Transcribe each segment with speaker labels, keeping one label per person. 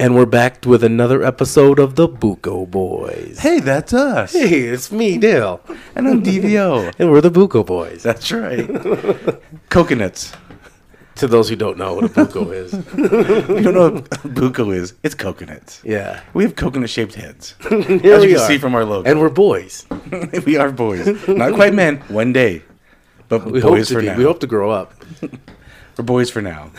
Speaker 1: And we're back with another episode of the Buco Boys.
Speaker 2: Hey, that's us.
Speaker 1: Hey, it's me, Dale.
Speaker 2: And I'm DVO.
Speaker 1: And we're the Buco Boys.
Speaker 2: That's right. Coconuts.
Speaker 1: To those who don't know what a Buco is.
Speaker 2: You don't know what buco is? It's coconuts.
Speaker 1: Yeah.
Speaker 2: We have coconut shaped heads.
Speaker 1: Here
Speaker 2: As
Speaker 1: we
Speaker 2: you can
Speaker 1: are.
Speaker 2: see from our logo.
Speaker 1: And we're boys.
Speaker 2: we are boys. Not quite men. One day. But
Speaker 1: We hope
Speaker 2: boys
Speaker 1: to
Speaker 2: for
Speaker 1: be.
Speaker 2: now.
Speaker 1: We hope to grow up.
Speaker 2: We're boys for now.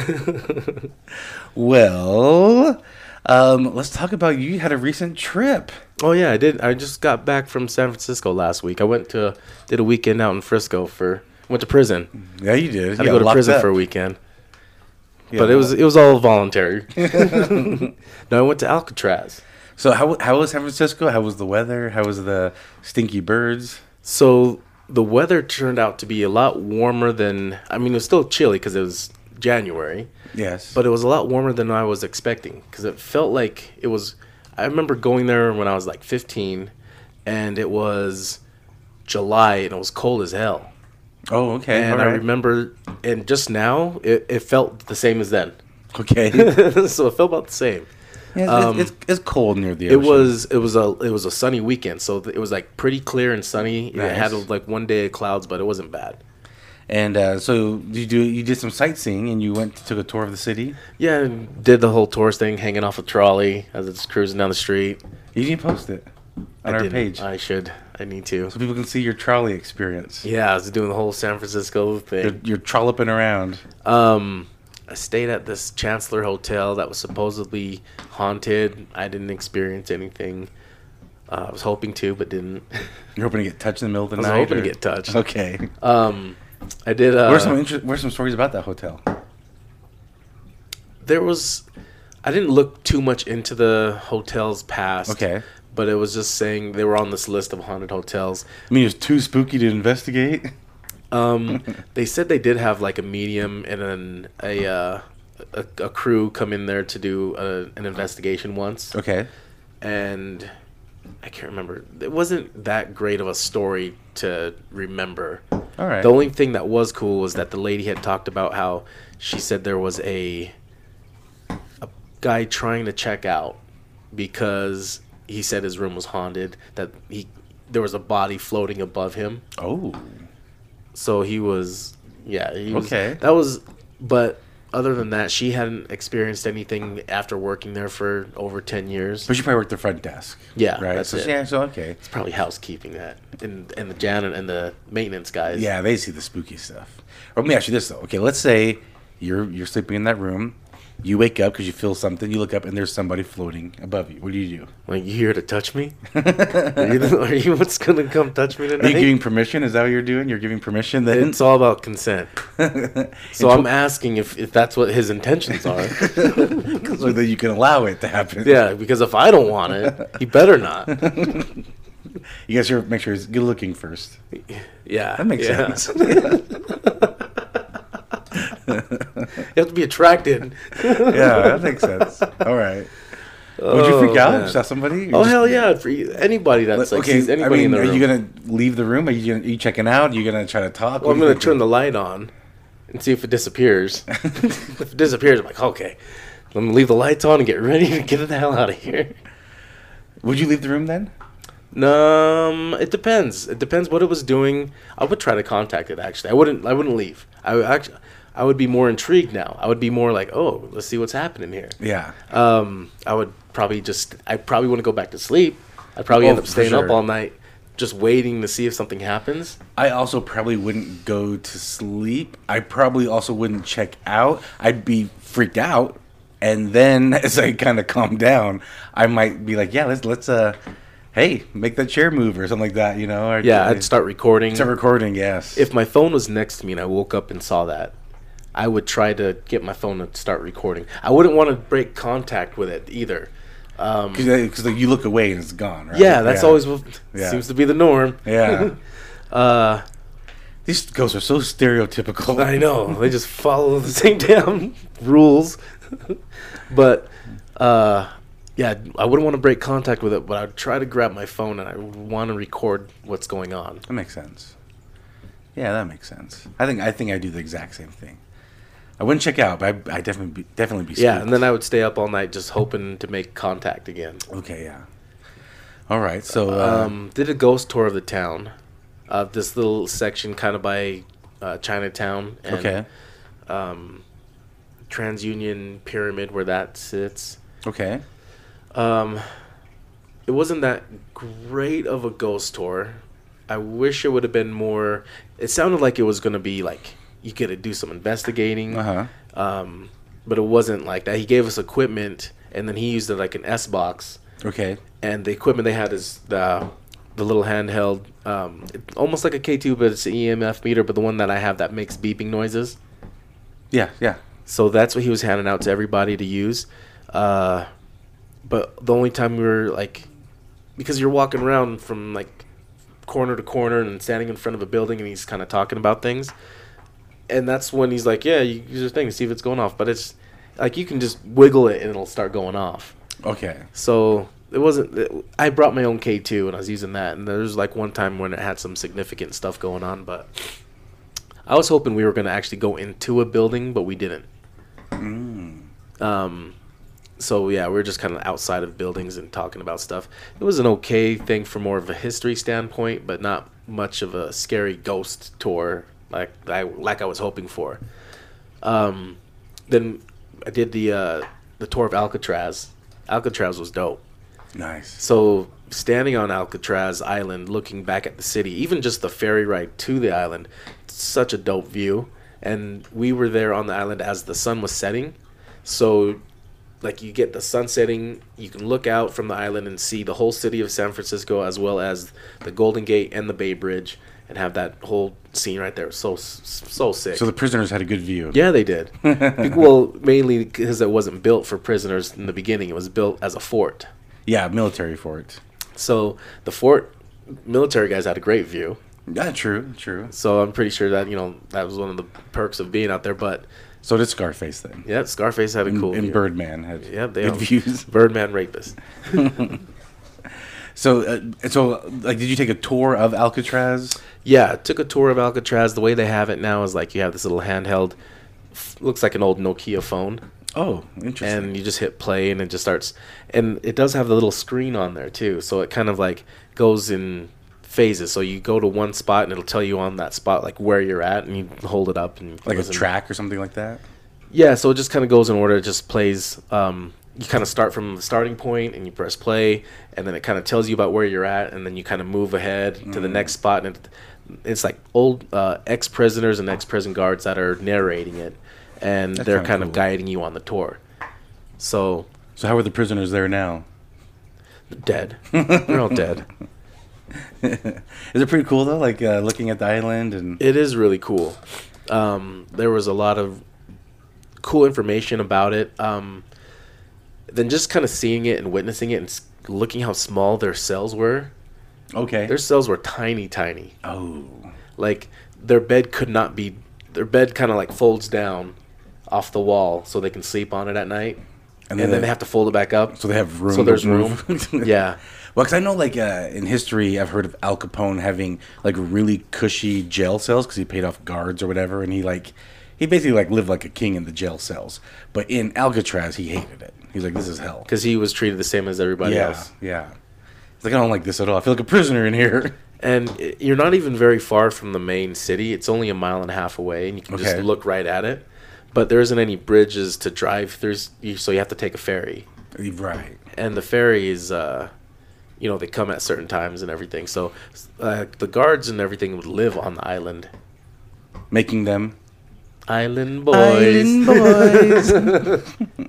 Speaker 2: well, um, let's talk about you had a recent trip.
Speaker 1: Oh yeah, I did. I just got back from San Francisco last week. I went to did a weekend out in Frisco for went to prison.
Speaker 2: Yeah, you did.
Speaker 1: I had to go to prison for a weekend, but it
Speaker 2: Yeah.
Speaker 1: was it was all voluntary. no, I went to Alcatraz.
Speaker 2: So how how was San Francisco? How was the weather? How was the stinky birds?
Speaker 1: So the weather turned out to be a lot warmer than I mean it was still chilly because it was January,
Speaker 2: Yes.
Speaker 1: but it was a lot warmer than I was expecting because it felt like it was. I remember going there when I was like 15, and it was July and it was cold as hell.
Speaker 2: oh, okay.
Speaker 1: and
Speaker 2: all
Speaker 1: I
Speaker 2: right.
Speaker 1: remember, and just now, it, it felt the same as then.
Speaker 2: Okay.
Speaker 1: so it felt about the same.
Speaker 2: Yeah, it's,
Speaker 1: Um,
Speaker 2: it's, it's cold near the
Speaker 1: It
Speaker 2: ocean.
Speaker 1: was it was a it was a sunny weekend, so th- it was like pretty clear and sunny. It had
Speaker 2: Nice.
Speaker 1: like one day of clouds, but it wasn't bad.
Speaker 2: and uh, so you do you did some sightseeing and you went took a tour of the city.
Speaker 1: Yeah, and did the whole tourist thing, hanging off a trolley as it's cruising down the street.
Speaker 2: You didn't post it
Speaker 1: I
Speaker 2: on our
Speaker 1: didn't-
Speaker 2: page
Speaker 1: I should. I need to.
Speaker 2: so people can see your trolley experience.
Speaker 1: Yeah, I was doing the whole San Francisco
Speaker 2: You're,
Speaker 1: thing.
Speaker 2: you're trolloping around.
Speaker 1: Um, I stayed at this Chancellor Hotel that was supposedly haunted. I didn't experience anything. Uh, I was hoping to, but didn't.
Speaker 2: You're hoping to get touched in the middle of the
Speaker 1: was
Speaker 2: night.
Speaker 1: hoping to get touched.
Speaker 2: Okay.
Speaker 1: Um, I did. Uh,
Speaker 2: what are some inter- what are some stories about that hotel?
Speaker 1: there was. I didn't look too much into the hotel's past.
Speaker 2: Okay.
Speaker 1: But it was just saying they were on this list of haunted hotels.
Speaker 2: I mean, it's too spooky to investigate.
Speaker 1: Um, they said they did have like a medium and an a uh, a, a crew come in there to do a, an investigation once,
Speaker 2: Okay.
Speaker 1: and I can't remember. It wasn't that great of a story to remember.
Speaker 2: All right.
Speaker 1: The only thing that was cool was that the lady had talked about how she said there was a a guy trying to check out because he said his room was haunted, that he there was a body floating above him.
Speaker 2: oh.
Speaker 1: So he was yeah, he was
Speaker 2: Okay.
Speaker 1: that was but other than that, she hadn't experienced anything after working there for over ten years.
Speaker 2: But you probably worked the front desk.
Speaker 1: Yeah,
Speaker 2: Right.
Speaker 1: that's
Speaker 2: so,
Speaker 1: it.
Speaker 2: Yeah. So okay.
Speaker 1: It's probably housekeeping that and and the janitor and the maintenance guys.
Speaker 2: Yeah, they see the spooky stuff. Or let me ask you this though. Okay, let's say you're you're sleeping in that room. You wake up because you feel something. You look up and there's somebody floating above you. What do you do?
Speaker 1: Like you here to touch me? Are you, are you what's gonna come touch me
Speaker 2: Are you
Speaker 1: tonight?
Speaker 2: giving permission? Is that what you're doing? You're giving permission then?
Speaker 1: it's all about consent. So
Speaker 2: It's-
Speaker 1: I'm asking if, if that's what his intentions are.
Speaker 2: so that you can allow it to happen.
Speaker 1: yeah, because if I don't want it, he better not.
Speaker 2: You guys here make sure it's good looking first.
Speaker 1: Yeah.
Speaker 2: That makes
Speaker 1: yeah.
Speaker 2: sense.
Speaker 1: You have to be attracted.
Speaker 2: yeah, that makes sense. All right. Would you freak
Speaker 1: Oh,
Speaker 2: out
Speaker 1: man.
Speaker 2: if you saw somebody?
Speaker 1: Oh hell yeah! For you- anybody that's like
Speaker 2: okay,
Speaker 1: sees anybody
Speaker 2: I mean,
Speaker 1: in the
Speaker 2: are
Speaker 1: room.
Speaker 2: you gonna leave the room? Are you gonna are you checking out? Are you gonna try to talk?
Speaker 1: well, I'm gonna turn the light on and see if it disappears. if it disappears, I'm like, okay, let me leave the lights on and get ready to get the hell out of here.
Speaker 2: Would you leave the room then?
Speaker 1: Um, it depends. It depends what it was doing. I would try to contact it. Actually, I wouldn't. I wouldn't leave. I would actually. I would be more intrigued now. I would be more like, oh, let's see what's happening here.
Speaker 2: Yeah.
Speaker 1: Um, I would probably just. I probably wouldn't go back to sleep. I'd probably
Speaker 2: Oh,
Speaker 1: end up
Speaker 2: for
Speaker 1: staying up
Speaker 2: sure.
Speaker 1: all night, just waiting to see if something happens.
Speaker 2: I also probably wouldn't go to sleep. I probably also wouldn't check out. I'd be freaked out, and then as I kind of calm down, I might be like, "Yeah, let's let's uh, hey, make that chair move or something like that," you know? Or,
Speaker 1: Yeah, I'd start recording.
Speaker 2: start recording. Yes.
Speaker 1: If my phone was next to me and I woke up and saw that, I would try to get my phone to start recording. I wouldn't want to break contact with it either. Um,
Speaker 2: because uh, like, you look away and it's gone. Right?
Speaker 1: Yeah, that's always what
Speaker 2: Yeah.
Speaker 1: seems to be the norm.
Speaker 2: Yeah.
Speaker 1: Uh,
Speaker 2: These ghosts are so stereotypical.
Speaker 1: I know they just follow the same damn rules, but uh, yeah, I wouldn't want to break contact with it. But I'd try to grab my phone and I would want to record what's going on.
Speaker 2: That makes sense. Yeah, that makes sense. I think I think I do the exact same thing. I wouldn't check out, but I I definitely be, definitely be
Speaker 1: Yeah, and
Speaker 2: spooked.
Speaker 1: then I would stay up all night just hoping to make contact again.
Speaker 2: okay, yeah. All right, so uh,
Speaker 1: Um, did a ghost tour of the town, uh, this little section kind of by uh, Chinatown and
Speaker 2: okay,
Speaker 1: TransUnion Pyramid where that sits.
Speaker 2: okay,
Speaker 1: It wasn't that great of a ghost tour. I wish it would have been more. It sounded like it was going to be like you got to do some investigating,
Speaker 2: uh huh,
Speaker 1: um, but it wasn't like that. He gave us equipment, and then he used it like an S box.
Speaker 2: okay,
Speaker 1: and the equipment they had is the the little handheld, um, it's almost like a K2, but it's an EMF meter, but the one that I have that makes beeping noises.
Speaker 2: yeah, yeah,
Speaker 1: So that's what he was handing out to everybody to use. Uh, but the only time we were like, because you're walking around from like corner to corner and standing in front of a building and he's kind of talking about things. And that's when he's like, yeah, you use your thing to see if it's going off. But it's like you can just wiggle it and it'll start going off.
Speaker 2: okay,
Speaker 1: So it wasn't. It, I brought my own K two and I was using that. And there was like one time when it had some significant stuff going on, but I was hoping we were going to actually go into a building, but we didn't. Um. So yeah, we were just kind of outside of buildings and talking about stuff. It was an okay thing for more of a history standpoint, but not much of a scary ghost tour like I like I was hoping for. Um, then I did the uh, the tour of Alcatraz. Alcatraz was dope.
Speaker 2: nice,
Speaker 1: So standing on Alcatraz Island, looking back at the city, even just the ferry ride to the island, such a dope view. And we were there on the island as the sun was setting. So like you get the sun setting, you can look out from the island and see the whole city of San Francisco as well as the Golden Gate and the Bay Bridge and have that whole scene right there. So so sick.
Speaker 2: So the prisoners had a good view.
Speaker 1: Yeah, they did. Be- well, mainly because it wasn't built for prisoners in the beginning. It was built as a fort.
Speaker 2: yeah, military fort.
Speaker 1: So the fort military guys had a great view.
Speaker 2: Yeah, true, true.
Speaker 1: So I'm pretty sure that you know that was one of the perks of being out there. But
Speaker 2: So did Scarface then,
Speaker 1: yeah, Scarface had a cool
Speaker 2: and
Speaker 1: view.
Speaker 2: Birdman had
Speaker 1: yeah, they
Speaker 2: good
Speaker 1: um,
Speaker 2: views.
Speaker 1: Birdman rapist.
Speaker 2: So, uh, so uh, like, did you take a tour of Alcatraz?
Speaker 1: Yeah, took a tour of Alcatraz. The way they have it now is like you have this little handheld, f- looks like an old Nokia phone.
Speaker 2: Oh, interesting.
Speaker 1: and you just hit play and it just starts and it does have the little screen on there too so it kind of like goes in phases so you go to one spot and it'll tell you on that spot like where you're at and you hold it up and
Speaker 2: like a
Speaker 1: listen.
Speaker 2: track or something like that.
Speaker 1: yeah so it just kind of goes in order it just plays um, you kind of start from the starting point and you press play and then it kind of tells you about where you're at and then you kind of move ahead to the
Speaker 2: Mm.
Speaker 1: next spot and it, it's like old uh, ex-prisoners and ex-prison guards that are narrating it and they're
Speaker 2: kinda
Speaker 1: kind
Speaker 2: cool.
Speaker 1: of guiding you on the tour so
Speaker 2: So, how are the prisoners there now?
Speaker 1: dead. They're all dead.
Speaker 2: Is it pretty cool though? Like uh, looking at the island and
Speaker 1: It is really cool. Um, there was a lot of cool information about it. Um, then just kind of seeing it and witnessing it and s- looking how small their cells were.
Speaker 2: okay.
Speaker 1: Their cells were tiny, tiny.
Speaker 2: oh,
Speaker 1: Like their bed could not be. Their bed kind of like folds down off the wall so they can sleep on it at night, and then,
Speaker 2: then they-
Speaker 1: they have to fold it back up.
Speaker 2: so they have room.
Speaker 1: So there's
Speaker 2: to
Speaker 1: room.
Speaker 2: move.
Speaker 1: yeah.
Speaker 2: Well, because I know, like uh, in history, I've heard of Al Capone having like really cushy jail cells because he paid off guards or whatever, and he like he basically like lived like a king in the jail cells. But in Alcatraz, he hated it. He's like, this is hell.
Speaker 1: Because he was treated the same as everybody
Speaker 2: Yeah,
Speaker 1: else.
Speaker 2: yeah. It's like I don't like this at all. I feel like a prisoner in here.
Speaker 1: And i- you're not even very far from the main city. It's only a mile and a half away, and you can just
Speaker 2: Okay.
Speaker 1: look right at it. But there isn't any bridges to drive through, s- you- so you have to take a ferry.
Speaker 2: Right.
Speaker 1: And the ferry is, uh, you know, they come at certain times and everything. So uh, the guards and everything would live on the island.
Speaker 2: Making them
Speaker 1: Island boys.
Speaker 2: Island boys.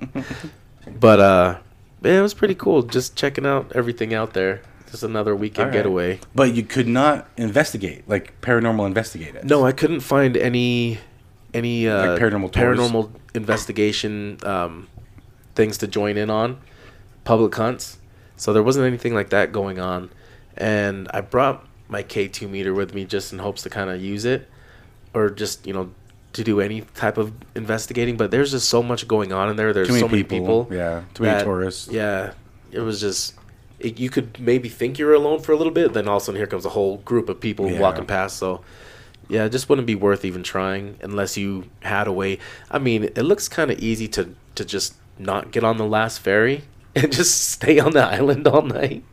Speaker 1: But uh, man, it was pretty cool just checking out everything out there. Just another weekend
Speaker 2: Alright.
Speaker 1: getaway.
Speaker 2: but you could not investigate, like paranormal investigate it.
Speaker 1: No, I couldn't find any any uh,
Speaker 2: paranormal tours?
Speaker 1: paranormal investigation um, things to join in on public hunts. So there wasn't anything like that going on, and I brought my K two meter with me just in hopes to kind of use it, or just you know to do any type of investigating. But there's just so much going on in there. There's
Speaker 2: Too many
Speaker 1: so many
Speaker 2: people.
Speaker 1: people.
Speaker 2: Yeah. Too many
Speaker 1: that-
Speaker 2: tourists.
Speaker 1: Yeah, it was just. It, you could maybe think you're alone for a little bit, then all of a sudden here comes a whole group of people
Speaker 2: Yeah.
Speaker 1: walking past. So Yeah, it just wouldn't be worth even trying unless you had a way. I mean, it looks kind of easy to to just not get on the last ferry and just stay on the island all night.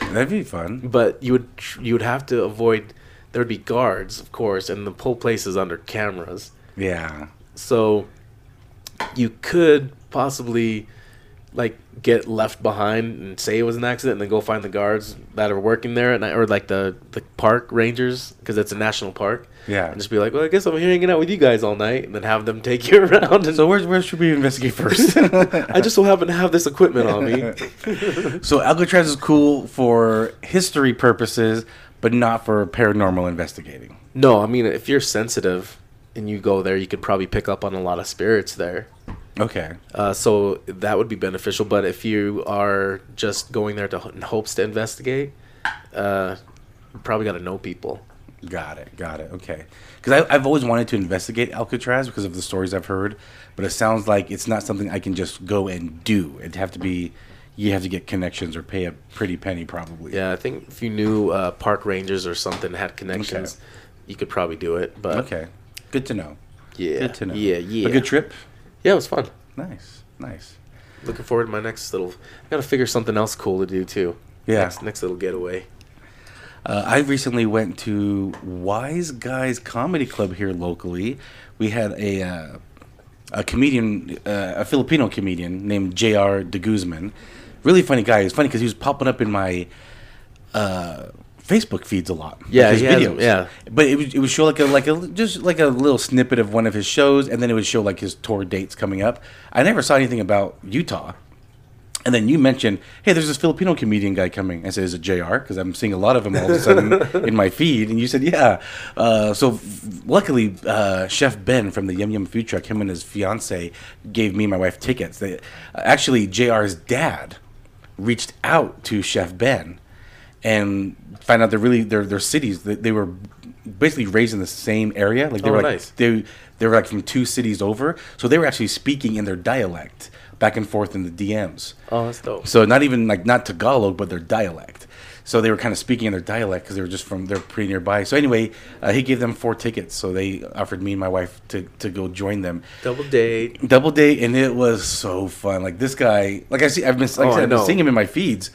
Speaker 2: That'd be fun.
Speaker 1: But you would you would have to avoid. There would be guards, of course, and the whole place is under cameras.
Speaker 2: Yeah.
Speaker 1: So you could possibly like get left behind and say it was an accident and then go find the guards that are working there and or like the the park rangers because it's a national park
Speaker 2: Yeah.
Speaker 1: and just be like well i guess i'm here hanging out with you guys all night and then have them take you around and
Speaker 2: So where where should we investigate first?
Speaker 1: i just so happen to have this equipment on me
Speaker 2: so Alcatraz is cool for history purposes, but not for paranormal investigating.
Speaker 1: no i mean if you're sensitive and you go there you could probably pick up on a lot of spirits there
Speaker 2: Okay.
Speaker 1: Uh, so that would be beneficial. But if you are just going there to in hopes to investigate, uh, you probably got to know people.
Speaker 2: Got it. Got it. Okay. Because I've always wanted to investigate Alcatraz because of the stories I've heard, but it sounds like it's not something I can just go and do. It'd have to be, you have to get connections or pay a pretty penny probably.
Speaker 1: Yeah, I think if you knew uh, park rangers or something had connections,
Speaker 2: Okay.
Speaker 1: you could probably do it. But
Speaker 2: Okay. Good to know.
Speaker 1: yeah,
Speaker 2: Good to know.
Speaker 1: yeah, yeah,
Speaker 2: A good trip.
Speaker 1: yeah. It was fun.
Speaker 2: Nice. Nice.
Speaker 1: Looking forward to my next little. I gotta figure something else cool to do too.
Speaker 2: Yeah.
Speaker 1: Next, next little getaway.
Speaker 2: Uh, I recently went to Wise Guys Comedy Club here locally. We had a uh, a comedian, uh, a Filipino comedian named J.R. De Guzman. Really funny guy. It's funny because he was popping up in my uh, Facebook feeds a lot. like
Speaker 1: Yeah,
Speaker 2: his
Speaker 1: he has them, yeah.
Speaker 2: But it would, it would show like a like a just like a little snippet of one of his shows, and then it would show like his tour dates coming up. I never saw anything about Utah. And then you mentioned, hey, there's this Filipino comedian guy coming. I said, is it JR? Because I'm seeing a lot of him all of a sudden in my feed. And you said, yeah. Uh, so f- luckily, uh, Chef Ben from the Yum Yum Food Truck, him and his fiance, gave me and my wife tickets. They, actually, JR's dad reached out to Chef Ben and found out they're really their their cities. They, they were basically raised in the same area. Like they
Speaker 1: Oh,
Speaker 2: were like
Speaker 1: nice.
Speaker 2: they they were like from two cities over. So they were actually speaking in their dialect back and forth in the DMs.
Speaker 1: Oh, that's dope.
Speaker 2: So not even like not Tagalog, but their dialect. So they were kind of speaking in their dialect because they were just from they're pretty nearby. So anyway, uh, he gave them four tickets. So they offered me and my wife to to go join them.
Speaker 1: Double date.
Speaker 2: Double date, and it was so fun. Like this guy, like I see, I've been, like
Speaker 1: Oh,
Speaker 2: I
Speaker 1: I
Speaker 2: said, I've been
Speaker 1: know.
Speaker 2: seeing him in my feeds,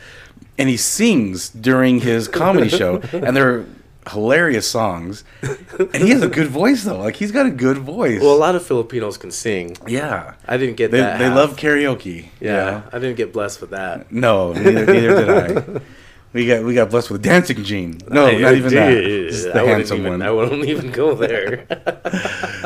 Speaker 2: and he sings during his comedy show, and they're hilarious songs. And he has a good voice though. Like he's got a good voice.
Speaker 1: Well, a lot of Filipinos can sing.
Speaker 2: yeah,
Speaker 1: I didn't get
Speaker 2: they
Speaker 1: that.
Speaker 2: they
Speaker 1: half.
Speaker 2: love karaoke. you
Speaker 1: Yeah,
Speaker 2: know?
Speaker 1: I didn't get blessed with that.
Speaker 2: No, neither, neither did I. We got we got blessed with a dancing gene. No,
Speaker 1: I-
Speaker 2: Oh, not even that.
Speaker 1: dude,
Speaker 2: Just
Speaker 1: I
Speaker 2: the
Speaker 1: wouldn't
Speaker 2: handsome
Speaker 1: even,
Speaker 2: one.
Speaker 1: I wouldn't even go there.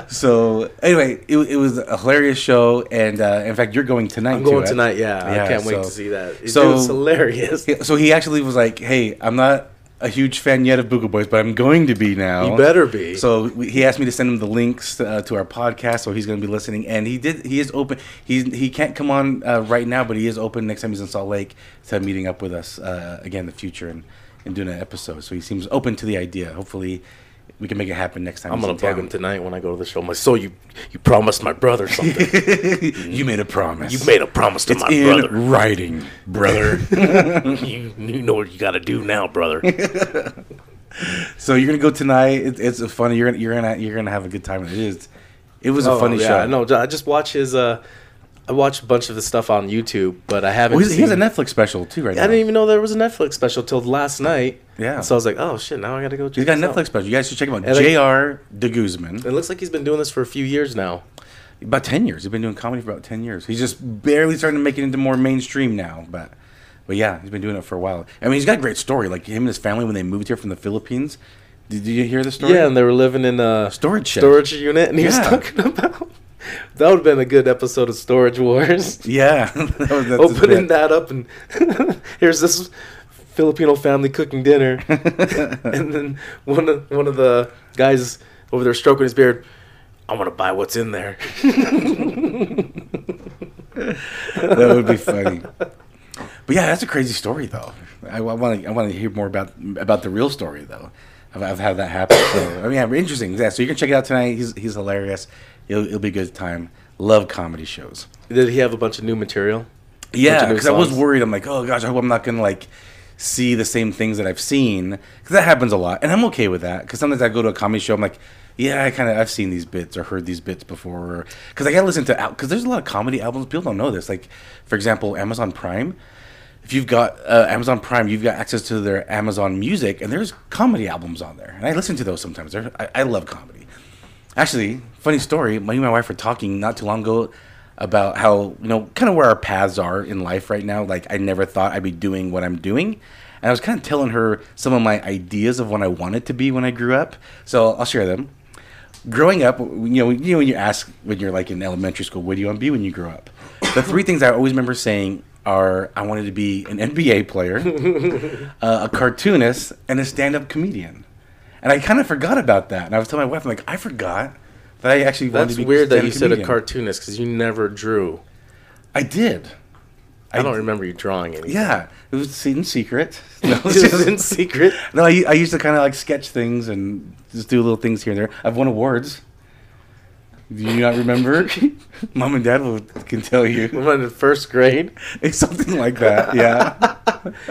Speaker 2: So anyway, it, it was a hilarious show, and uh, in fact, you're going tonight.
Speaker 1: I'm
Speaker 2: to
Speaker 1: going
Speaker 2: it.
Speaker 1: tonight. Yeah, I can't wait
Speaker 2: so-
Speaker 1: to see that. It, so,
Speaker 2: so-
Speaker 1: it's hilarious.
Speaker 2: Yeah, So he actually was like, "Hey, I'm not a huge fan yet of Booga Boys, but I'm going to be now.
Speaker 1: You better be.
Speaker 2: So we, he asked me to send him the links uh, to our podcast, so he's going to be listening. And he did. He is open. He's he can't come on uh, right now, but he is open next time he's in Salt Lake to meeting up with us uh, again in the future and, and doing an episode. So he seems open to the idea. Hopefully, we can make it happen next time.
Speaker 1: I'm
Speaker 2: he's
Speaker 1: gonna
Speaker 2: in
Speaker 1: bug
Speaker 2: town.
Speaker 1: him tonight when I go to the show. I'm like, so you you promised my brother something.
Speaker 2: you made a promise.
Speaker 1: Mm-hmm. you made a promise to
Speaker 2: it's
Speaker 1: my
Speaker 2: in
Speaker 1: brother.
Speaker 2: writing, brother.
Speaker 1: you, you know what you got to do now, brother.
Speaker 2: So you're gonna go tonight. It, it's funny. You're gonna you're gonna you're gonna have a good time. It is. It was a funny
Speaker 1: Oh, yeah,
Speaker 2: show.
Speaker 1: No, I just watch his. uh I watched a bunch of his stuff on YouTube, but I haven't.
Speaker 2: Well, Oh, he's, he has a
Speaker 1: seen-
Speaker 2: Netflix special too right
Speaker 1: I
Speaker 2: now.
Speaker 1: didn't even know there was a Netflix special till last night.
Speaker 2: Yeah.
Speaker 1: So I was like, oh shit, now I got to go. Check
Speaker 2: he's got a
Speaker 1: this out.
Speaker 2: Netflix special. You guys should check him out.
Speaker 1: And I-
Speaker 2: J.R. De Guzman.
Speaker 1: It looks like he's been doing this for a few years now.
Speaker 2: About ten years. He's been doing comedy for about ten years. He's just barely starting to make it into more mainstream now. But but yeah, he's been doing it for a while. I mean, he's got a great story. Like him and his family when they moved here from the Philippines. Did, did you hear the story?
Speaker 1: Yeah, and they were living in a
Speaker 2: Storage shed.
Speaker 1: storage unit, and he was
Speaker 2: Yeah.
Speaker 1: talking about that would have been a good episode of Storage Wars.
Speaker 2: Yeah. that was, that's his
Speaker 1: Opening
Speaker 2: bit.
Speaker 1: that up, and here's this Filipino family cooking dinner, and then one of one of the guys over there stroking his beard. I want to buy what's in there.
Speaker 2: that would be funny. But yeah, that's a crazy story though. I want to I want to hear more about about the real story though. I've, I've had that happen. So I mean, yeah, interesting. Yeah, so you can check it out tonight. He's he's hilarious. It'll, it'll be a good time. Love comedy shows.
Speaker 1: Did he have a bunch of new material?
Speaker 2: Yeah,
Speaker 1: new
Speaker 2: because I was
Speaker 1: songs.
Speaker 2: worried. I'm like, oh gosh, I hope I'm not gonna like see the same things that I've seen because that happens a lot, and I'm okay with that because sometimes I go to a comedy show, I'm like, yeah, I kind of I've seen these bits or heard these bits before because I gotta listen to because there's a lot of comedy albums people don't know this. Like for example, Amazon Prime. If you've got uh, Amazon Prime, you've got access to their Amazon Music, and there's comedy albums on there, and I listen to those sometimes. They're, I, I love comedy. Actually, funny story. Me and my wife were talking not too long ago about how you know kind of where our paths are in life right now. Like I never thought I'd be doing what I'm doing, and I was kind of telling her some of my ideas of what I wanted to be when I grew up. So I'll share them. Growing up, you know, you know when you ask when you're like in elementary school, what do you want to be when you grow up? The three things I always remember saying are I wanted to be an NBA player, uh, a cartoonist, and a stand-up comedian. And I kind of forgot about that. And I was telling my wife, I'm like, I forgot that I actually wanted
Speaker 1: That's
Speaker 2: to be
Speaker 1: weird that you
Speaker 2: stand-up
Speaker 1: said a
Speaker 2: comedian."
Speaker 1: cartoonist because you never drew.
Speaker 2: I did.
Speaker 1: I, don't remember you drawing anything.
Speaker 2: Yeah, it was in secret. No,
Speaker 1: This is in secret.
Speaker 2: no I, I used to kind of like sketch things and just do little things here and there. I've won awards. Do you not remember? Mom and Dad will, can tell you.
Speaker 1: When in first grade,
Speaker 2: It's something like that. Yeah,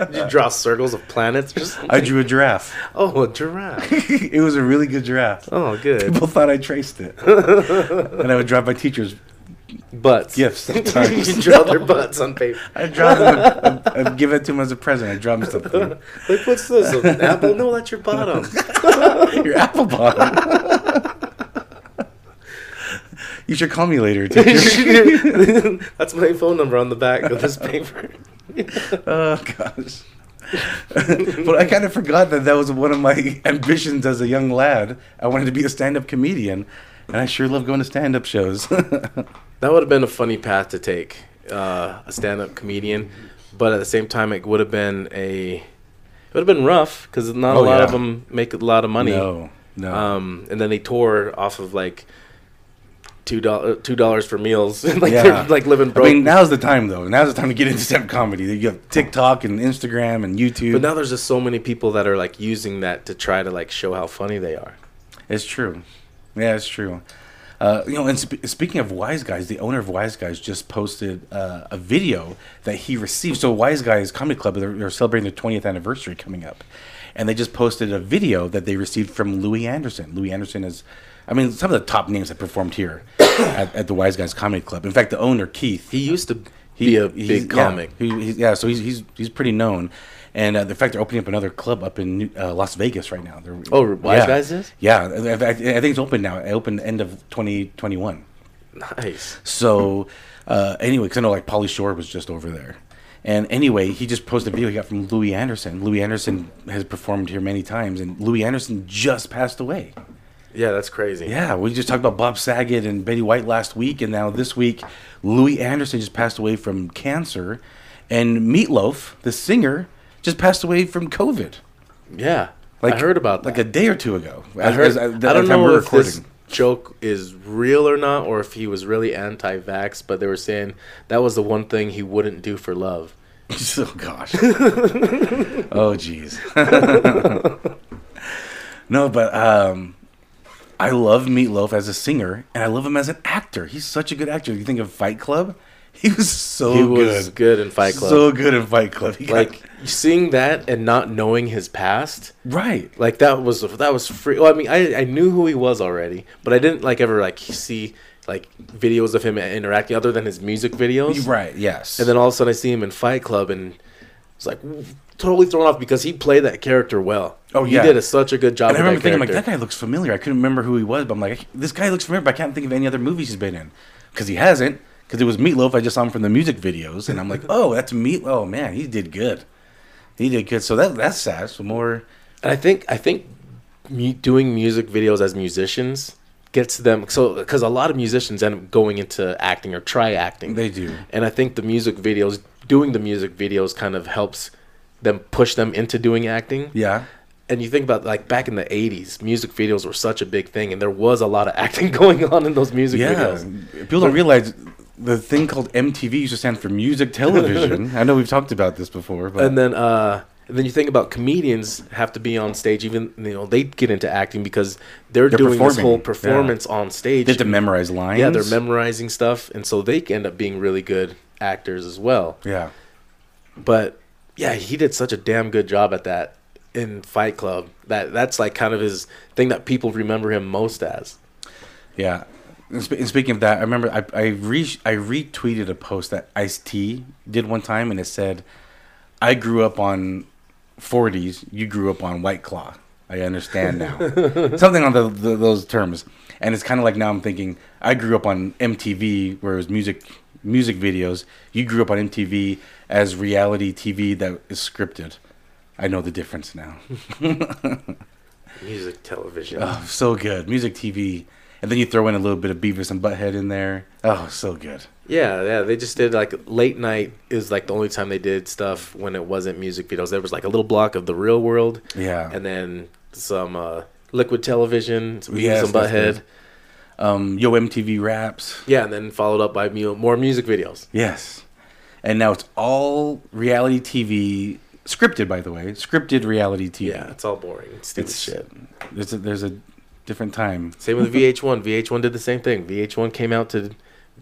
Speaker 1: did you draw circles of planets or something?
Speaker 2: I drew a giraffe.
Speaker 1: oh, a giraffe.
Speaker 2: it was a really good giraffe.
Speaker 1: Oh, good.
Speaker 2: People thought I traced it, and I would drive my teachers
Speaker 1: Butts.
Speaker 2: gifts sometimes.
Speaker 1: you draw their butts on paper.
Speaker 2: I draw them. I'd- I'd, I'd give it to them as a present. I draw them something.
Speaker 1: Like, what's this? An apple? No, that's your bottom.
Speaker 2: Your apple bottom. you should call me later. teacher.
Speaker 1: that's my phone number on the back of this paper.
Speaker 2: oh gosh. but I kind of forgot that that was one of my ambitions as a young lad. I wanted to be a stand-up comedian, and I sure love going to stand-up shows.
Speaker 1: That would have been a funny path to take, uh, a stand-up comedian, but at the same time, it would have been a, it would have been rough because not
Speaker 2: Oh,
Speaker 1: a lot
Speaker 2: yeah.
Speaker 1: of them make a lot of money.
Speaker 2: no, no.
Speaker 1: Um, and then they tore off of like two dollars, two dollars for meals, like
Speaker 2: yeah,
Speaker 1: they're like living broke.
Speaker 2: I mean, now's the time though. Now's the time to get into stand-up comedy. You have TikTok and Instagram and YouTube.
Speaker 1: but now there's just so many people that are like using that to try to like show how funny they are.
Speaker 2: It's true. Yeah, it's true. Uh, you know, and sp- speaking of Wise Guys, the owner of Wise Guys just posted uh, a video that he received. So Wise Guys Comedy Club, they're, they're celebrating their 20th anniversary coming up, and they just posted a video that they received from Louis Anderson. Louis Anderson is, I mean, some of the top names that performed here at, at the Wise Guys Comedy Club. In fact, the owner Keith,
Speaker 1: He used to
Speaker 2: he-
Speaker 1: be a
Speaker 2: he's-
Speaker 1: big
Speaker 2: yeah,
Speaker 1: comic.
Speaker 2: he- he's- yeah, so he's he's he's pretty known. And uh, the fact they're opening up another club up in New, uh, Las Vegas right now. They're,
Speaker 1: Oh, Wise
Speaker 2: yeah.
Speaker 1: Guys is?
Speaker 2: Yeah, I, I- I think it's open now. It opened end of twenty twenty one.
Speaker 1: Nice.
Speaker 2: So uh, anyway, because I know like Polly Shore was just over there. And anyway, he just posted a video he got from Louis Anderson. Louis Anderson has performed here many times, and Louis Anderson just passed away.
Speaker 1: Yeah, that's crazy.
Speaker 2: Yeah, we just talked about Bob Saget and Betty White last week, and now this week, Louis Anderson just passed away from cancer, and Meatloaf, the singer, just passed away from COVID.
Speaker 1: Yeah. I heard about that.
Speaker 2: like a day or two ago.
Speaker 1: I heard. I don't know if this joke is real or not, or if he was really anti-vax. But they were saying that was the one thing he wouldn't do for love.
Speaker 2: oh gosh. oh jeez. no, but um, I love Meatloaf as a singer, and I love him as an actor. He's such a good actor. You think of Fight Club? He was so
Speaker 1: He was
Speaker 2: Oh, good.
Speaker 1: good in Fight Club.
Speaker 2: So good in Fight Club. He got-
Speaker 1: like seeing that and not knowing his past,
Speaker 2: right.
Speaker 1: like that was that was free. Well, I mean, I I knew who he was already, but I didn't like ever like see like videos of him interacting other than his music videos.
Speaker 2: Right. Yes.
Speaker 1: And then all of a sudden, I see him in Fight Club, and it's like w- totally thrown off because he played that character well.
Speaker 2: Oh,
Speaker 1: he
Speaker 2: yeah.
Speaker 1: did a, such a good job.
Speaker 2: And I
Speaker 1: with
Speaker 2: remember
Speaker 1: that
Speaker 2: thinking, I'm like, that
Speaker 1: character.
Speaker 2: guy looks familiar. I couldn't remember who he was, but I'm like, this guy looks familiar, but I can't think of any other movies he's been in. Because he hasn't. Because it was Meatloaf. I just saw him from the music videos. And I'm like, oh, that's Meat. Oh, man, he did good. He did good. So that that's sad. So more.
Speaker 1: And I think I think mu- doing music videos as musicians gets them so because a lot of musicians end up going into acting or try acting.
Speaker 2: They do.
Speaker 1: And I think the music videos, doing the music videos, kind of helps them push them into doing acting.
Speaker 2: Yeah.
Speaker 1: And you think about like back in the '80s, music videos were such a big thing, and there was a lot of acting going on in those music
Speaker 2: Yeah.
Speaker 1: videos.
Speaker 2: People don't realize the thing called MTV used to stand for music television. I know we've talked about this before, but.
Speaker 1: and then uh and then you think about comedians have to be on stage even you know they get into acting because they're,
Speaker 2: They're
Speaker 1: doing this
Speaker 2: performing,
Speaker 1: whole
Speaker 2: yeah.
Speaker 1: performance on stage
Speaker 2: they have to memorize lines.
Speaker 1: yeah they're memorizing stuff and so they end up being really good actors as well
Speaker 2: Yeah.
Speaker 1: but yeah, he did such a damn good job at that in Fight Club. That that's like kind of his thing that people remember him most as.
Speaker 2: Yeah. And, sp- and speaking of that, I remember I I, re- I retweeted a post that Ice T did one time, and it said, "I grew up on 40s. You grew up on White Claw. I understand now." Something on the, the, those terms, and it's kind of like now I'm thinking I grew up on MTV, where it was music music videos. You grew up on MTV as reality TV that is scripted. I know the difference now.
Speaker 1: Music television.
Speaker 2: Oh, so good. Music TV. And then you throw in a little bit of Beavis and Butthead in there. Oh, so good.
Speaker 1: Yeah, yeah. They just did like late night is like the only time they did stuff when it wasn't music videos. There was like a little block of the real world,
Speaker 2: Yeah.
Speaker 1: and then some uh, liquid television, some Beavis
Speaker 2: Yes,
Speaker 1: and
Speaker 2: that's
Speaker 1: Butthead.
Speaker 2: good. Um, Yo MTV Raps.
Speaker 1: Yeah, and then followed up by mu- more music videos.
Speaker 2: Yes. And now it's all reality TV, scripted, by the way. Scripted reality TV.
Speaker 1: Yeah, it's all boring, stupid
Speaker 2: It's
Speaker 1: shit.
Speaker 2: There's a, there's a different time.
Speaker 1: Same with VH1. VH1 did the same thing. VH1 came out to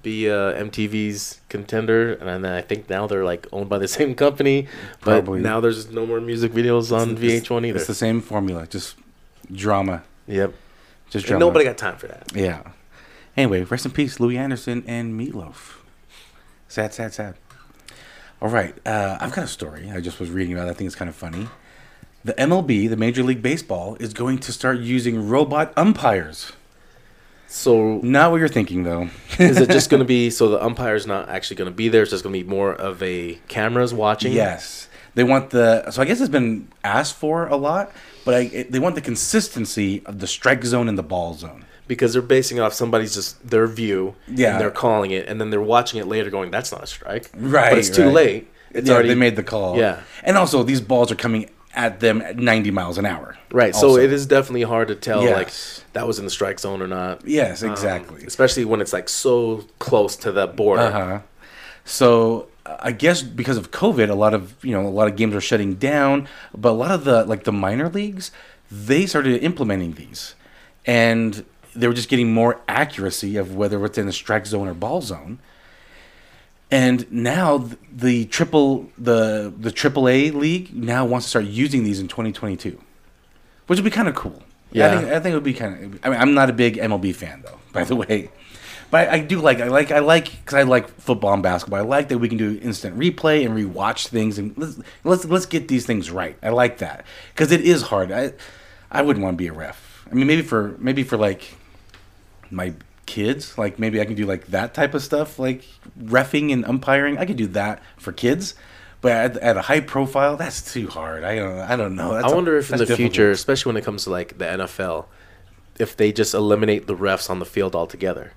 Speaker 1: be uh, MTV's contender, and then I think now they're like owned by the same company. But
Speaker 2: Probably.
Speaker 1: now there's no more music videos on VH1 either.
Speaker 2: It's the same formula, just drama.
Speaker 1: yep.
Speaker 2: Just
Speaker 1: And
Speaker 2: drama.
Speaker 1: nobody got time for that.
Speaker 2: Yeah. Anyway, rest in peace, Louis Anderson and Meatloaf. Sad, sad, sad. All right, uh, I've got a story I just was reading about. I think it's kind of funny. The MLB, the Major League Baseball, is going to start using robot umpires.
Speaker 1: So
Speaker 2: Not what you're thinking, though.
Speaker 1: is it just going to be so the umpire's not actually going to be there? It's just going to be more of a cameras watching.
Speaker 2: Yes, they want the. So I guess it's been asked for a lot, but I, it, they want the consistency of the strike zone and the ball zone.
Speaker 1: because they're basing it off somebody's just their view.
Speaker 2: Yeah.
Speaker 1: and they're calling it, and then they're watching it later, going, "That's not a strike."
Speaker 2: Right,
Speaker 1: but it's too
Speaker 2: right.
Speaker 1: late. It's
Speaker 2: yeah,
Speaker 1: already
Speaker 2: they made the call.
Speaker 1: Yeah.
Speaker 2: and also these balls are coming at them at 90 miles an hour.
Speaker 1: Right,
Speaker 2: also.
Speaker 1: so it is definitely hard to tell
Speaker 2: Yes.
Speaker 1: like that was in the strike zone or not.
Speaker 2: Yes, exactly.
Speaker 1: Especially when it's like so close to the border.
Speaker 2: Uh-huh. So uh, I guess because of COVID, a lot of you know a lot of games are shutting down, but a lot of the like the minor leagues, they started implementing these, and they were just getting more accuracy of whether it's in the strike zone or ball zone. And now th- the triple the the triple A league now wants to start using these in 2022, which would be kind of cool.
Speaker 1: Yeah.
Speaker 2: I think, I think it would be kind of. I mean, I'm not a big MLB fan though, by the way, but I, I do like I like I like because I like football and basketball. I like that we can do instant replay and rewatch things and let's let's let's get these things right. I like that because it is hard. I I wouldn't want to be a ref. I mean, maybe for maybe for like my kids. Like maybe I can do like that type of stuff, like refing and umpiring. I could do that for kids, but at, at a high profile, that's too hard. I don't. I don't know. That's
Speaker 1: I wonder if in the
Speaker 2: that's difficult.
Speaker 1: future, especially when it comes to like the NFL, if they just eliminate the refs on the field altogether.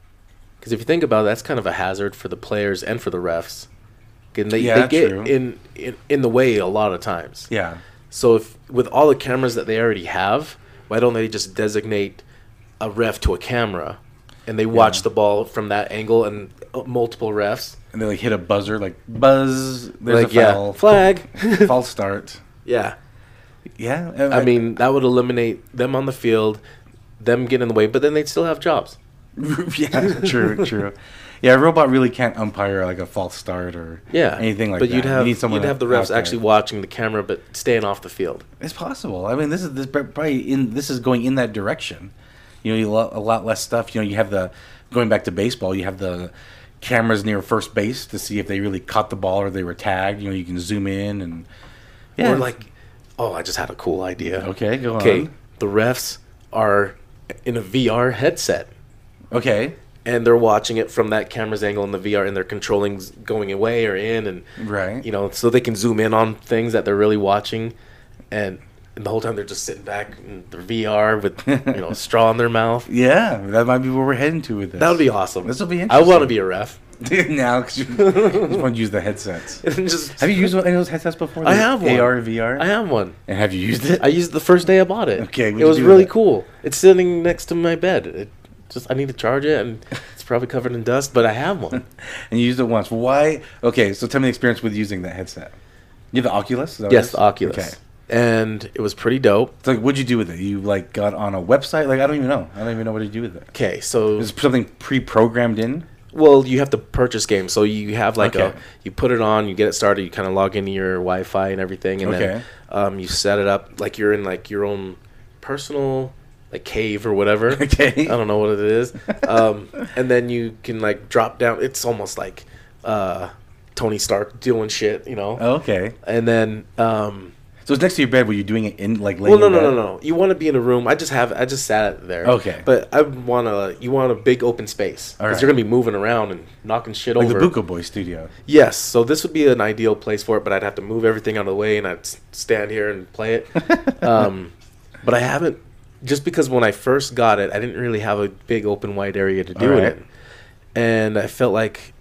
Speaker 1: Because if you think about it, that's kind of a hazard for the players and for the refs. And they,
Speaker 2: Yeah,
Speaker 1: they get
Speaker 2: true.
Speaker 1: in, in in the way a lot of times.
Speaker 2: Yeah.
Speaker 1: So if with all the cameras that they already have, why don't they just designate a ref to a camera, and they watch the ball from that angle and uh, multiple refs?
Speaker 2: And they like hit a buzzer, like buzz. There's
Speaker 1: like
Speaker 2: a foul.
Speaker 1: yeah, flag.
Speaker 2: false start.
Speaker 1: yeah,
Speaker 2: Yeah.
Speaker 1: I mean that would eliminate them on the field, them get in the way, but then they'd still have jobs.
Speaker 2: yeah. True. True. Yeah, a robot really can't umpire like a false start or
Speaker 1: Yeah,
Speaker 2: anything like
Speaker 1: but
Speaker 2: that.
Speaker 1: you'd have
Speaker 2: you
Speaker 1: you
Speaker 2: need someone
Speaker 1: would have the
Speaker 2: out
Speaker 1: refs
Speaker 2: there.
Speaker 1: actually watching the camera, but staying off the field.
Speaker 2: It's possible. I mean, this is this probably in this is going in that direction. You know, you lo- a lot less stuff. You know, you have the going back to baseball. You have the cameras near first base to see if they really caught the ball or they were tagged. You know, you can zoom in and yeah,
Speaker 1: Or like, oh, I just had a cool idea.
Speaker 2: okay, go
Speaker 1: Okay,
Speaker 2: on.
Speaker 1: the refs are in a VR headset.
Speaker 2: Okay,
Speaker 1: and they're watching it from that camera's angle in the VR, and they're controlling s- going away or in, and
Speaker 2: Right.
Speaker 1: you know, so they can zoom in on things that they're really watching, and, and the whole time they're just sitting back in their VR with you know straw in their mouth.
Speaker 2: yeah, that might be where we're heading to with this.
Speaker 1: That would be awesome.
Speaker 2: This will be
Speaker 1: I want to
Speaker 2: interesting.
Speaker 1: be a ref.
Speaker 2: now because you just want to use the headsets.
Speaker 1: Just-
Speaker 2: Have you used one- any of those headsets before?
Speaker 1: I
Speaker 2: The
Speaker 1: have one.
Speaker 2: AR, VR.
Speaker 1: I have one.
Speaker 2: And have you used it?
Speaker 1: I used it the first day I bought it.
Speaker 2: Okay, what'd
Speaker 1: it
Speaker 2: you
Speaker 1: was
Speaker 2: do with
Speaker 1: really
Speaker 2: it?
Speaker 1: cool. It's sitting next to my bed. It just I need to charge it, and it's probably covered in dust, but I have one.
Speaker 2: and you used it once. Why? Okay, so tell me the experience with using that headset. You have the Oculus? Is that what it
Speaker 1: yes,
Speaker 2: is?
Speaker 1: the Oculus.
Speaker 2: Okay.
Speaker 1: And it was pretty dope.
Speaker 2: It's like, what'd you do with it? You like got on a website? Like, I don't even know. I don't even know what to do with it.
Speaker 1: Okay, so
Speaker 2: Is something pre-programmed in?
Speaker 1: Well, you have to purchase games, so you have like
Speaker 2: Okay.
Speaker 1: a you put it on, you get it started, you kind of log into your Wi-Fi and everything, and
Speaker 2: Okay.
Speaker 1: then um, you set it up like you're in like your own personal like cave or whatever.
Speaker 2: Okay.
Speaker 1: I don't know what it is, um, and then you can like drop down. It's almost like uh, Tony Stark doing shit, you know.
Speaker 2: Okay.
Speaker 1: And then um,
Speaker 2: So it's next to your bed. Were you doing it in like
Speaker 1: well,
Speaker 2: laying?
Speaker 1: no,
Speaker 2: in
Speaker 1: no,
Speaker 2: bed?
Speaker 1: no, no. You want to be in a room. I just have. I just sat it there.
Speaker 2: Okay.
Speaker 1: But I want to. You want a big open space because
Speaker 2: All right.
Speaker 1: you're gonna be moving around and knocking shit
Speaker 2: Like
Speaker 1: over.
Speaker 2: the Buko Boy studio.
Speaker 1: Yes. So this would be an ideal place for it, but I'd have to move everything out of the way and I'd s- stand here and play it. um, but I haven't. Just because when I first got it, I didn't really have a big open wide area to do
Speaker 2: All
Speaker 1: it
Speaker 2: right.
Speaker 1: in, and I felt like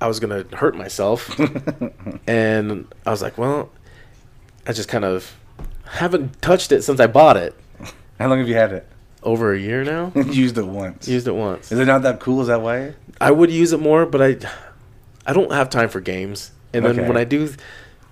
Speaker 1: I was gonna hurt myself. and I was like, well, I just kind of haven't touched it since I bought it
Speaker 2: How long have you had it?
Speaker 1: over a year now.
Speaker 2: you used it once.
Speaker 1: Used it once.
Speaker 2: Is it not that cool? Is that why?
Speaker 1: I would use it more, but I, I don't have time for games. And then
Speaker 2: Okay.
Speaker 1: when I do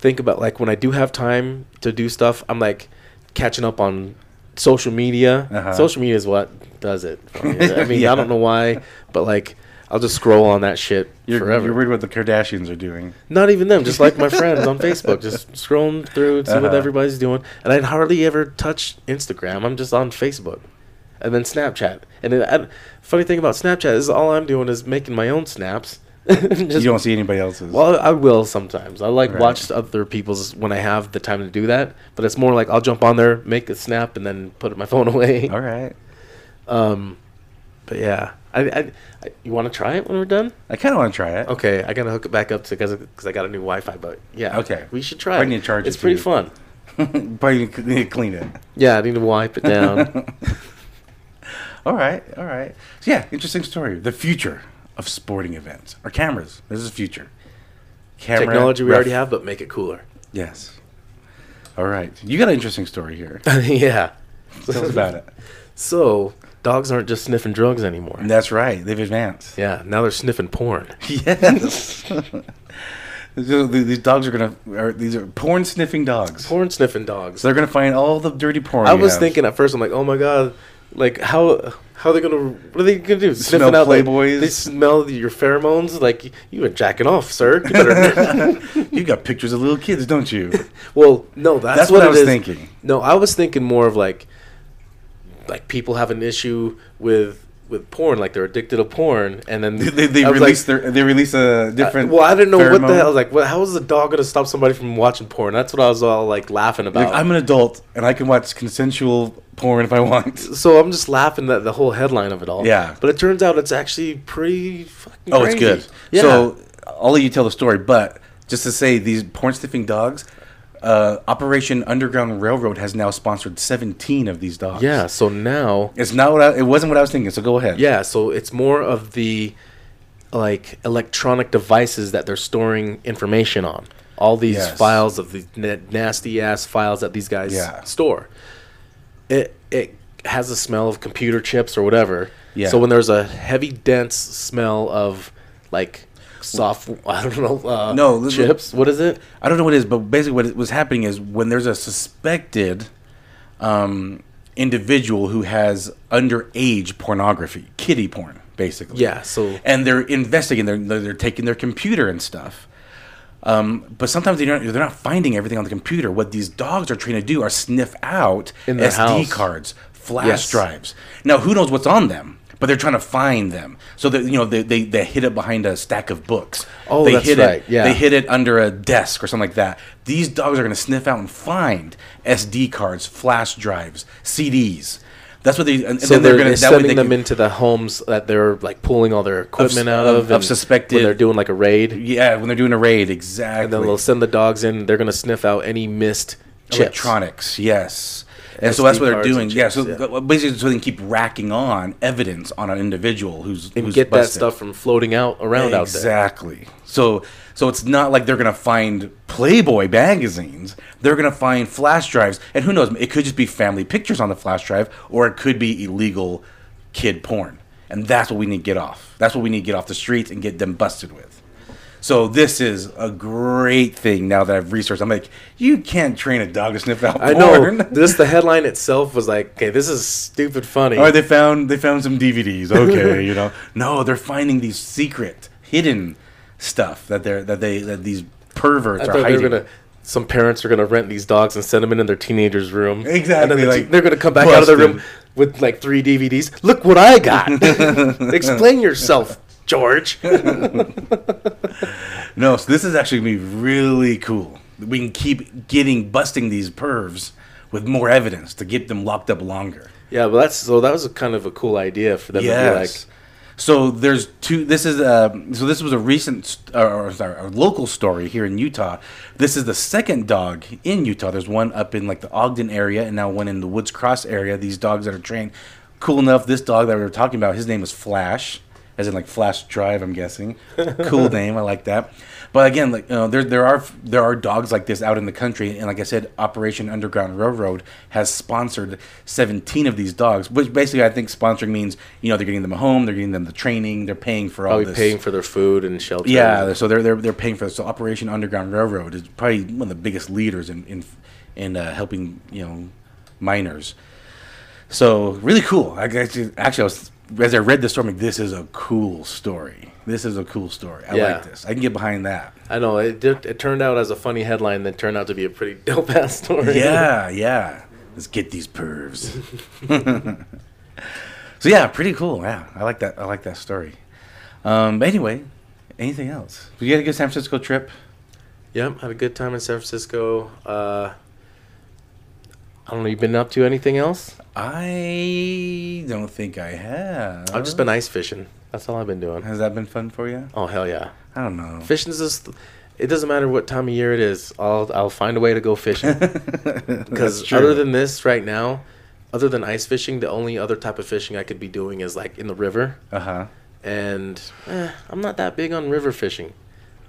Speaker 1: think about like when I do have time to do stuff, I'm like catching up on social media.
Speaker 2: Uh-huh.
Speaker 1: Social media is what does it. for me. I mean,
Speaker 2: Yeah.
Speaker 1: I don't know why, but like I'll just scroll on that shit
Speaker 2: You're,
Speaker 1: forever.
Speaker 2: You're worried what the Kardashians are doing.
Speaker 1: Not even them, just like my friends on Facebook, just scrolling through, see what
Speaker 2: Uh-huh.
Speaker 1: everybody's doing. And I'd hardly ever touch Instagram. I'm just on Facebook, and then Snapchat. And then I, funny thing about Snapchat is all I'm doing is making my own snaps.
Speaker 2: You
Speaker 1: just,
Speaker 2: don't see anybody else's.
Speaker 1: well, I will sometimes. I like
Speaker 2: Right.
Speaker 1: watch other people's when I have the time to do that. But it's more like I'll jump on there, make a snap, and then put my phone away.
Speaker 2: All right.
Speaker 1: Um, but yeah, I, I, I you want to try it when we're done?
Speaker 2: I kind of want to try it.
Speaker 1: Okay, I gotta hook it back up to because I got a new Wi-Fi. But yeah,
Speaker 2: Okay.
Speaker 1: we should try.
Speaker 2: I
Speaker 1: it.
Speaker 2: need to charge
Speaker 1: It's
Speaker 2: it,
Speaker 1: pretty
Speaker 2: too.
Speaker 1: fun.
Speaker 2: Probably need to cl- clean it.
Speaker 1: Yeah, I need to wipe it down.
Speaker 2: All right. All right. So yeah, interesting story. The future of sporting events or cameras. This is the future. Camera
Speaker 1: Technology we
Speaker 2: ref-
Speaker 1: already have, but make it cooler.
Speaker 2: Yes. All right. You got an interesting story here.
Speaker 1: yeah.
Speaker 2: Tell us about it.
Speaker 1: So dogs aren't just sniffing drugs anymore.
Speaker 2: That's right. They've advanced.
Speaker 1: Yeah, now they're sniffing porn.
Speaker 2: Yes. So th- these dogs are gonna. Are, these are porn sniffing dogs.
Speaker 1: Porn sniffing dogs.
Speaker 2: So they're gonna find all the dirty porn.
Speaker 1: I
Speaker 2: you
Speaker 1: was
Speaker 2: have.
Speaker 1: thinking at first, I'm like, oh my god, like how how are they gonna what are they gonna do?
Speaker 2: Smell
Speaker 1: Sniffing out like,
Speaker 2: Playboys?
Speaker 1: they smell your pheromones. Like you were jacking off, sir. You better-
Speaker 2: you got pictures of little kids, don't you?
Speaker 1: well, no, that's,
Speaker 2: That's
Speaker 1: what,
Speaker 2: what I
Speaker 1: it
Speaker 2: was
Speaker 1: is.
Speaker 2: thinking.
Speaker 1: No, I was thinking more of like like people have an issue with with porn, like they're addicted to porn, and then
Speaker 2: They, they
Speaker 1: I was
Speaker 2: release
Speaker 1: like, uh,
Speaker 2: their. They release a different.
Speaker 1: well, I didn't know what the
Speaker 2: pheromone.
Speaker 1: hell. I was like, well, how is a dog gonna stop somebody from watching porn? That's what I was all like laughing
Speaker 2: Like,
Speaker 1: about.
Speaker 2: I'm an adult and I can watch consensual porn if I want.
Speaker 1: so I'm just laughing at the whole headline of it all.
Speaker 2: Yeah.
Speaker 1: but it turns out it's actually pretty fucking.
Speaker 2: Oh, it's
Speaker 1: crazy.
Speaker 2: good.
Speaker 1: Yeah.
Speaker 2: So I'll let you tell the story, but just to say, these porn sniffing dogs. Uh, Operation Underground Railroad has now sponsored 17 of these dogs.
Speaker 1: yeah, so now
Speaker 2: It's not what I, it wasn't what I was thinking. So go ahead.
Speaker 1: yeah, so it's more of the like electronic devices that they're storing information on. All these
Speaker 2: Yes.
Speaker 1: files of the na- nasty ass files that these guys
Speaker 2: Yeah.
Speaker 1: store. It it has a smell of computer chips or whatever.
Speaker 2: Yeah.
Speaker 1: So when there's a heavy dense smell of like soft I don't know uh,
Speaker 2: No, this is-
Speaker 1: chips. What is it?
Speaker 2: I don't know what it is, but basically what was happening is when there's a suspected um, individual who has underage pornography, kiddie porn, basically.
Speaker 1: Yeah, so-
Speaker 2: and they're investigating. They're they're, they're taking their computer and stuff. Um, but sometimes they don't, they're not finding everything on the computer. What these dogs are trying to do are sniff out
Speaker 1: In their
Speaker 2: SD
Speaker 1: house.
Speaker 2: cards, flash
Speaker 1: Yes.
Speaker 2: drives. Now, who knows what's on them? But they're trying to find them. So that you know, they, they, they hid it behind a stack of books.
Speaker 1: Oh,
Speaker 2: they
Speaker 1: that's
Speaker 2: hid
Speaker 1: right,
Speaker 2: It,
Speaker 1: yeah.
Speaker 2: they hid it under a desk or something like that. These dogs are going to sniff out and find SD cards, flash drives, CDs. That's what they. And, and
Speaker 1: So
Speaker 2: then
Speaker 1: they're,
Speaker 2: they're going to
Speaker 1: sending them into the homes that they're like pulling all their equipment out
Speaker 2: of-
Speaker 1: of,
Speaker 2: of
Speaker 1: and
Speaker 2: suspected-
Speaker 1: when they're doing like a raid.
Speaker 2: Yeah, when they're doing a raid, exactly.
Speaker 1: then they'll send the dogs in. They're gonna sniff out any missed chips.
Speaker 2: electronics. Yes. And so that's
Speaker 1: SD
Speaker 2: what they're
Speaker 1: cards
Speaker 2: doing.
Speaker 1: and
Speaker 2: yeah.
Speaker 1: chips,
Speaker 2: So
Speaker 1: yeah.
Speaker 2: uh, basically, so they can keep racking on evidence on an individual who's
Speaker 1: and
Speaker 2: who's
Speaker 1: get that
Speaker 2: busted.
Speaker 1: stuff from floating out around out there.
Speaker 2: Exactly. So so it's not like they're gonna find Playboy magazines. They're gonna find flash drives, and who knows? It could just be family pictures on the flash drive, or it could be illegal kid porn. And that's what we need to get off. That's what we need to get off the streets and get them busted with. So this is a great thing. Now that I've researched, I'm like, you can't train a dog to sniff out
Speaker 1: I know.
Speaker 2: porn.
Speaker 1: this the headline itself was like, okay, this is stupid funny.
Speaker 2: Or Oh, they found they found some DVDs. Okay, you know. No, they're finding these secret, hidden stuff that they're that they that these perverts
Speaker 1: I
Speaker 2: are
Speaker 1: thought they
Speaker 2: hiding.
Speaker 1: were gonna. Some parents are gonna rent these dogs and send them in their teenager's room. And
Speaker 2: Exactly,
Speaker 1: then the
Speaker 2: like,
Speaker 1: te- they're gonna come back out of their room
Speaker 2: busted.
Speaker 1: with like three DVDs. Look what I got. Explain yourself, George.
Speaker 2: No, so this is actually gonna be really cool. We can keep getting busting these pervs with more evidence to get them locked up longer.
Speaker 1: yeah, but that's so that was a kind of a cool idea for them
Speaker 2: Yes.
Speaker 1: to be like.
Speaker 2: so there's two. This is uh, so this was a recent st- or, or sorry, a local story here in Utah. This is the second dog in Utah. There's one up in like the Ogden area, and now one in the Woods Cross area. These dogs that are trained. Cool enough, this dog that we were talking about, his name is Flash, as in like Flash Drive. I'm guessing. cool name. I like that. But again, like you know, there there are there are dogs like this out in the country, and like I said, Operation Underground Railroad has sponsored 17 of these dogs. Which basically, I think sponsoring means you know they're getting them a home, they're getting them the training, they're paying for all
Speaker 1: Probably
Speaker 2: this.
Speaker 1: paying for their food and shelter.
Speaker 2: yeah, so they're they're they're paying for this. So Operation Underground Railroad is probably one of the biggest leaders in in in uh, helping you know miners. So really cool. I guess actually, I was, as I read this story, I'm like, this is a cool story. This is a cool story. I
Speaker 1: Yeah.
Speaker 2: like this. I can get behind that.
Speaker 1: I know it. Did, it turned out as a funny headline that turned out to be a pretty dope ass story.
Speaker 2: Yeah, yeah. Let's get these pervs. so yeah, pretty cool. Yeah, I like that. I like that story. Um, but anyway, anything else? You had a good San Francisco trip.
Speaker 1: Yep, had a good time in San Francisco. Uh, I don't know. You been up to anything else?
Speaker 2: I don't think I have.
Speaker 1: I've just been ice fishing. That's all I've been doing.
Speaker 2: Has that been fun for you?
Speaker 1: Oh hell yeah!
Speaker 2: I don't know.
Speaker 1: Fishing's just. It doesn't matter what time of year it is. I'll I'll find a way to go fishing.
Speaker 2: That's
Speaker 1: Because
Speaker 2: true.
Speaker 1: other than this, right now, other than ice fishing, the only other type of fishing I could be doing is like in the river.
Speaker 2: uh huh.
Speaker 1: and eh, I'm not that big on river fishing.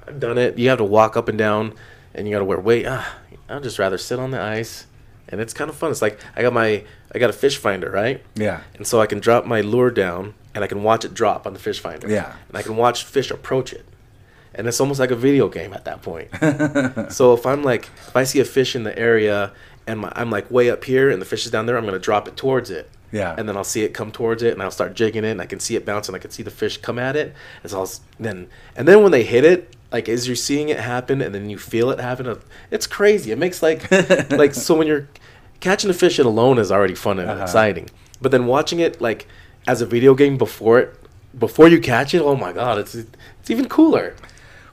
Speaker 1: I've done it. You have to walk up and down, and you got to wear weight. Ah, I'd just rather sit on the ice, and it's kind of fun. It's like I got my I got a fish finder, right?
Speaker 2: Yeah.
Speaker 1: And so I can drop my lure down, and I can watch it drop on the fish finder.
Speaker 2: Yeah.
Speaker 1: And I can watch fish approach it, and it's almost like a video game at that point. so if I'm like, if I see a fish in the area, and my, I'm like way up here, and the fish is down there, I'm gonna drop it towards it.
Speaker 2: Yeah.
Speaker 1: And then I'll see it come towards it, and I'll start jigging it, and I can see it bounce, and I can see the fish come at it. And so I'll s- then, and then when they hit it, like as you're seeing it happen, and then you feel it happen, uh, it's crazy. It makes like, like so when you're catching a fish, it alone is already fun and
Speaker 2: Uh-huh.
Speaker 1: exciting. But then watching it like as a video game before it, before you catch it, oh my god, it's it's even cooler.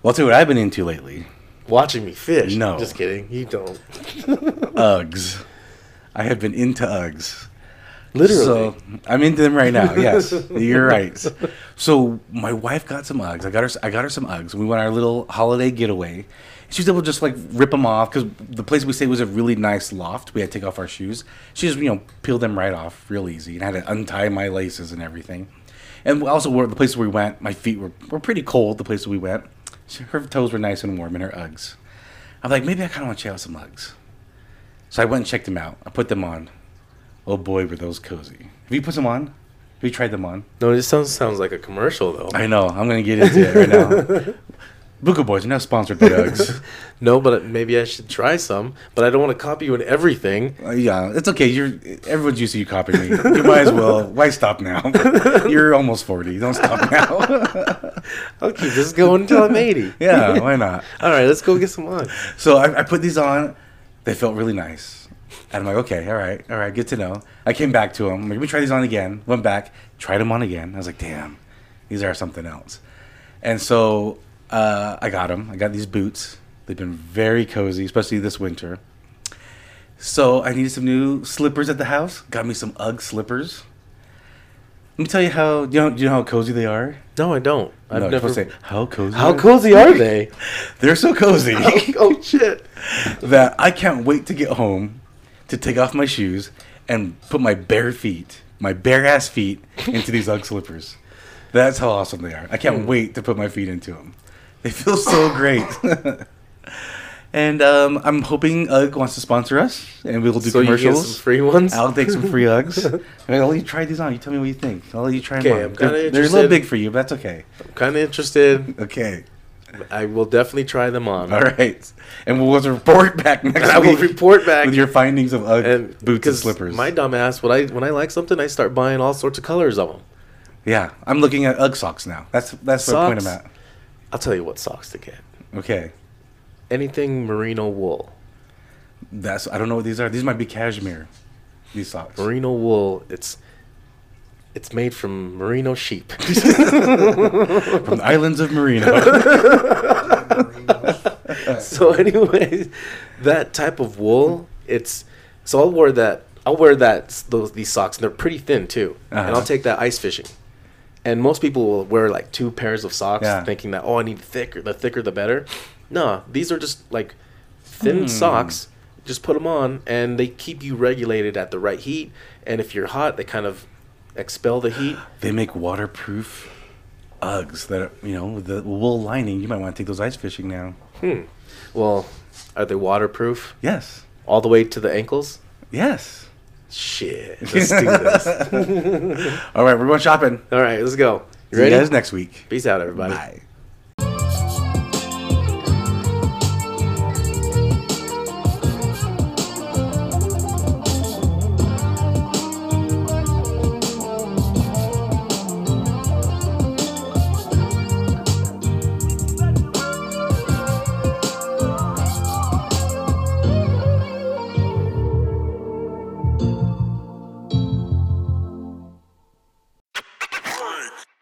Speaker 2: Well, I'll tell you what I've been into lately.
Speaker 1: Watching me fish.
Speaker 2: No.
Speaker 1: just kidding. You don't.
Speaker 2: Uggs. I have been into Uggs.
Speaker 1: Literally.
Speaker 2: So I'm into them right now. Yes, you're right. So my wife got some Uggs. I got her. I got her some Uggs. We went on our little holiday getaway. She was able to just like rip them off because the place we stayed was a really nice loft. We had to take off our shoes. She just you know peeled them right off real easy, and I had to untie my laces and everything. And also where the place we went, my feet were, were pretty cold. The place we went, She- her toes were nice and warm in her Uggs. I'm like maybe I kind of want to check out some Uggs. So I went and checked them out. I put them on. Oh boy, were those cozy. Have you put them on? Have you tried them on?
Speaker 1: no, this sounds sounds like a commercial though.
Speaker 2: I know. I'm going to get into it right now. Buka Boys are now sponsored by Uggs.
Speaker 1: No, but maybe I should try some. But I don't want to copy you in everything.
Speaker 2: Uh, yeah, it's okay. You're Everyone's used to you copying me. You might as well. Why stop now? You're almost 40. Don't stop now.
Speaker 1: I'll keep this going until I'm 80.
Speaker 2: yeah, why not?
Speaker 1: All right, let's go get some lunch.
Speaker 2: So I, I put these on. They felt really nice. And I'm like, okay, all right, all right, good to know. I came back to them. I'm like, let me try these on again. Went back, tried them on again. I was like, damn, these are something else. And so uh, I got them. I got these boots. They've been very cozy, especially this winter. So I needed some new slippers at the house. Got me some UGG slippers. Let me tell you how. Do you know, do you know how cozy they are?
Speaker 1: No, I don't. I've
Speaker 2: no,
Speaker 1: never.
Speaker 2: never say how cozy.
Speaker 1: How
Speaker 2: are they?"
Speaker 1: cozy are they?
Speaker 2: They're so cozy
Speaker 1: oh shit!
Speaker 2: that I can't wait to get home to take off my shoes and put my bare feet, my bare ass feet, into these UGG slippers. That's how awesome they are. I
Speaker 1: Mm.
Speaker 2: can't wait to put my feet into them. They feel so great. and um, I'm hoping UGG wants to sponsor us, and we'll do
Speaker 1: So you get some
Speaker 2: commercials.
Speaker 1: free ones.
Speaker 2: I'll take some free UGGs. I'll let you try these on. You tell me what you think. I'll let you try them
Speaker 1: Okay,
Speaker 2: on.
Speaker 1: I'm kinda
Speaker 2: They're, they're a little
Speaker 1: interested.
Speaker 2: big for you, but that's okay.
Speaker 1: I'm kind of interested.
Speaker 2: Okay.
Speaker 1: I will definitely try them on.
Speaker 2: All right, and we'll report back next
Speaker 1: And I will
Speaker 2: week
Speaker 1: report back.
Speaker 2: with your findings of UGG
Speaker 1: And
Speaker 2: boots and
Speaker 1: because
Speaker 2: slippers.
Speaker 1: My dumb ass, when I when I like something, I start buying all sorts of colors of them.
Speaker 2: yeah, I'm looking at UGG socks now. That's that's the point I'm
Speaker 1: Socks.
Speaker 2: at.
Speaker 1: I'll tell you what socks to get.
Speaker 2: Okay,
Speaker 1: Anything merino wool.
Speaker 2: that's I don't know what these are. These might be cashmere. These socks.
Speaker 1: Merino wool. It's it's made from merino sheep.
Speaker 2: from the islands of Merino.
Speaker 1: so, anyways, that type of wool. It's so I'll wear that. I'll wear that those these socks, and they're pretty thin too. And
Speaker 2: Uh-huh.
Speaker 1: I'll take that ice fishing. And most people will wear like two pairs of socks,
Speaker 2: Yeah.
Speaker 1: thinking that oh, I need thicker. The thicker, the better. No, these are just like thin
Speaker 2: Hmm.
Speaker 1: socks. Just put them on, and they keep you regulated at the right heat. And if you're hot, they kind of expel the heat.
Speaker 2: they make waterproof Uggs that are, you know with the wool lining. You might want to take those ice fishing now.
Speaker 1: Well, are they waterproof
Speaker 2: Yes,
Speaker 1: all the way to the ankles?
Speaker 2: yes.
Speaker 1: Shit. Let's do this.
Speaker 2: All right, we're going shopping.
Speaker 1: All right, let's go. You
Speaker 2: See
Speaker 1: ready?
Speaker 2: you guys next week.
Speaker 1: Peace out, everybody.
Speaker 2: Bye.